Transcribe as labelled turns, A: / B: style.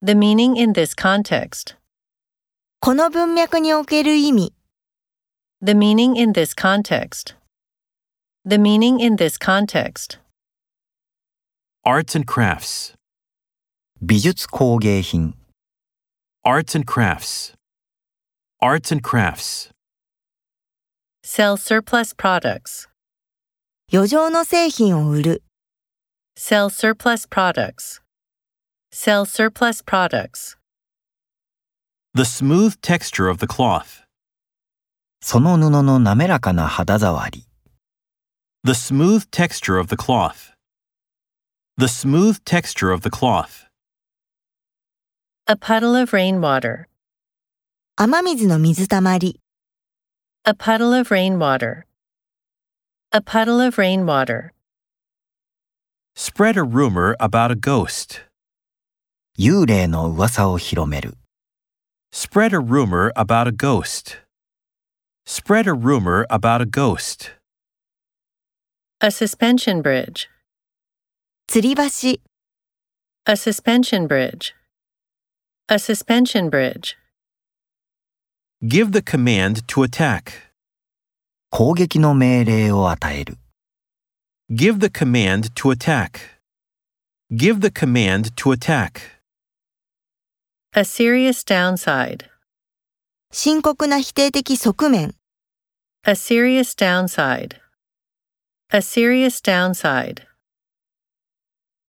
A: The meaning in this context.
B: この文脈における意味、
A: The meaning in this context. The meaning in this context.
C: Arts and crafts.
D: 美術工芸品
C: Arts and crafts. Arts and crafts.
A: Sell surplus products.
B: 余剰の製品を売る、
A: Sell surplus products. Sell surplus products.
C: The smooth texture of the cloth.
D: その布の滑らかな肌触り
C: The smooth texture of the cloth. The smooth texture of the cloth.
A: A puddle of rainwater.
B: 雨水の水たまり、
A: A puddle of rainwater. A puddle of rainwater.
C: Spread a rumor about a ghost.
D: 幽霊の噂を広める
C: Spread a rumor about a ghost. Spread a rumor about a ghost.
A: A suspension bridge.
B: 吊り橋、
A: A suspension bridge. A suspension bridge.
C: Give the command to attack.
D: 攻撃の命令を与える
C: Give the command to attack. Give the command to attack.
A: A serious downside.
B: 深刻な否定的側面、
A: A serious downside. A serious downside.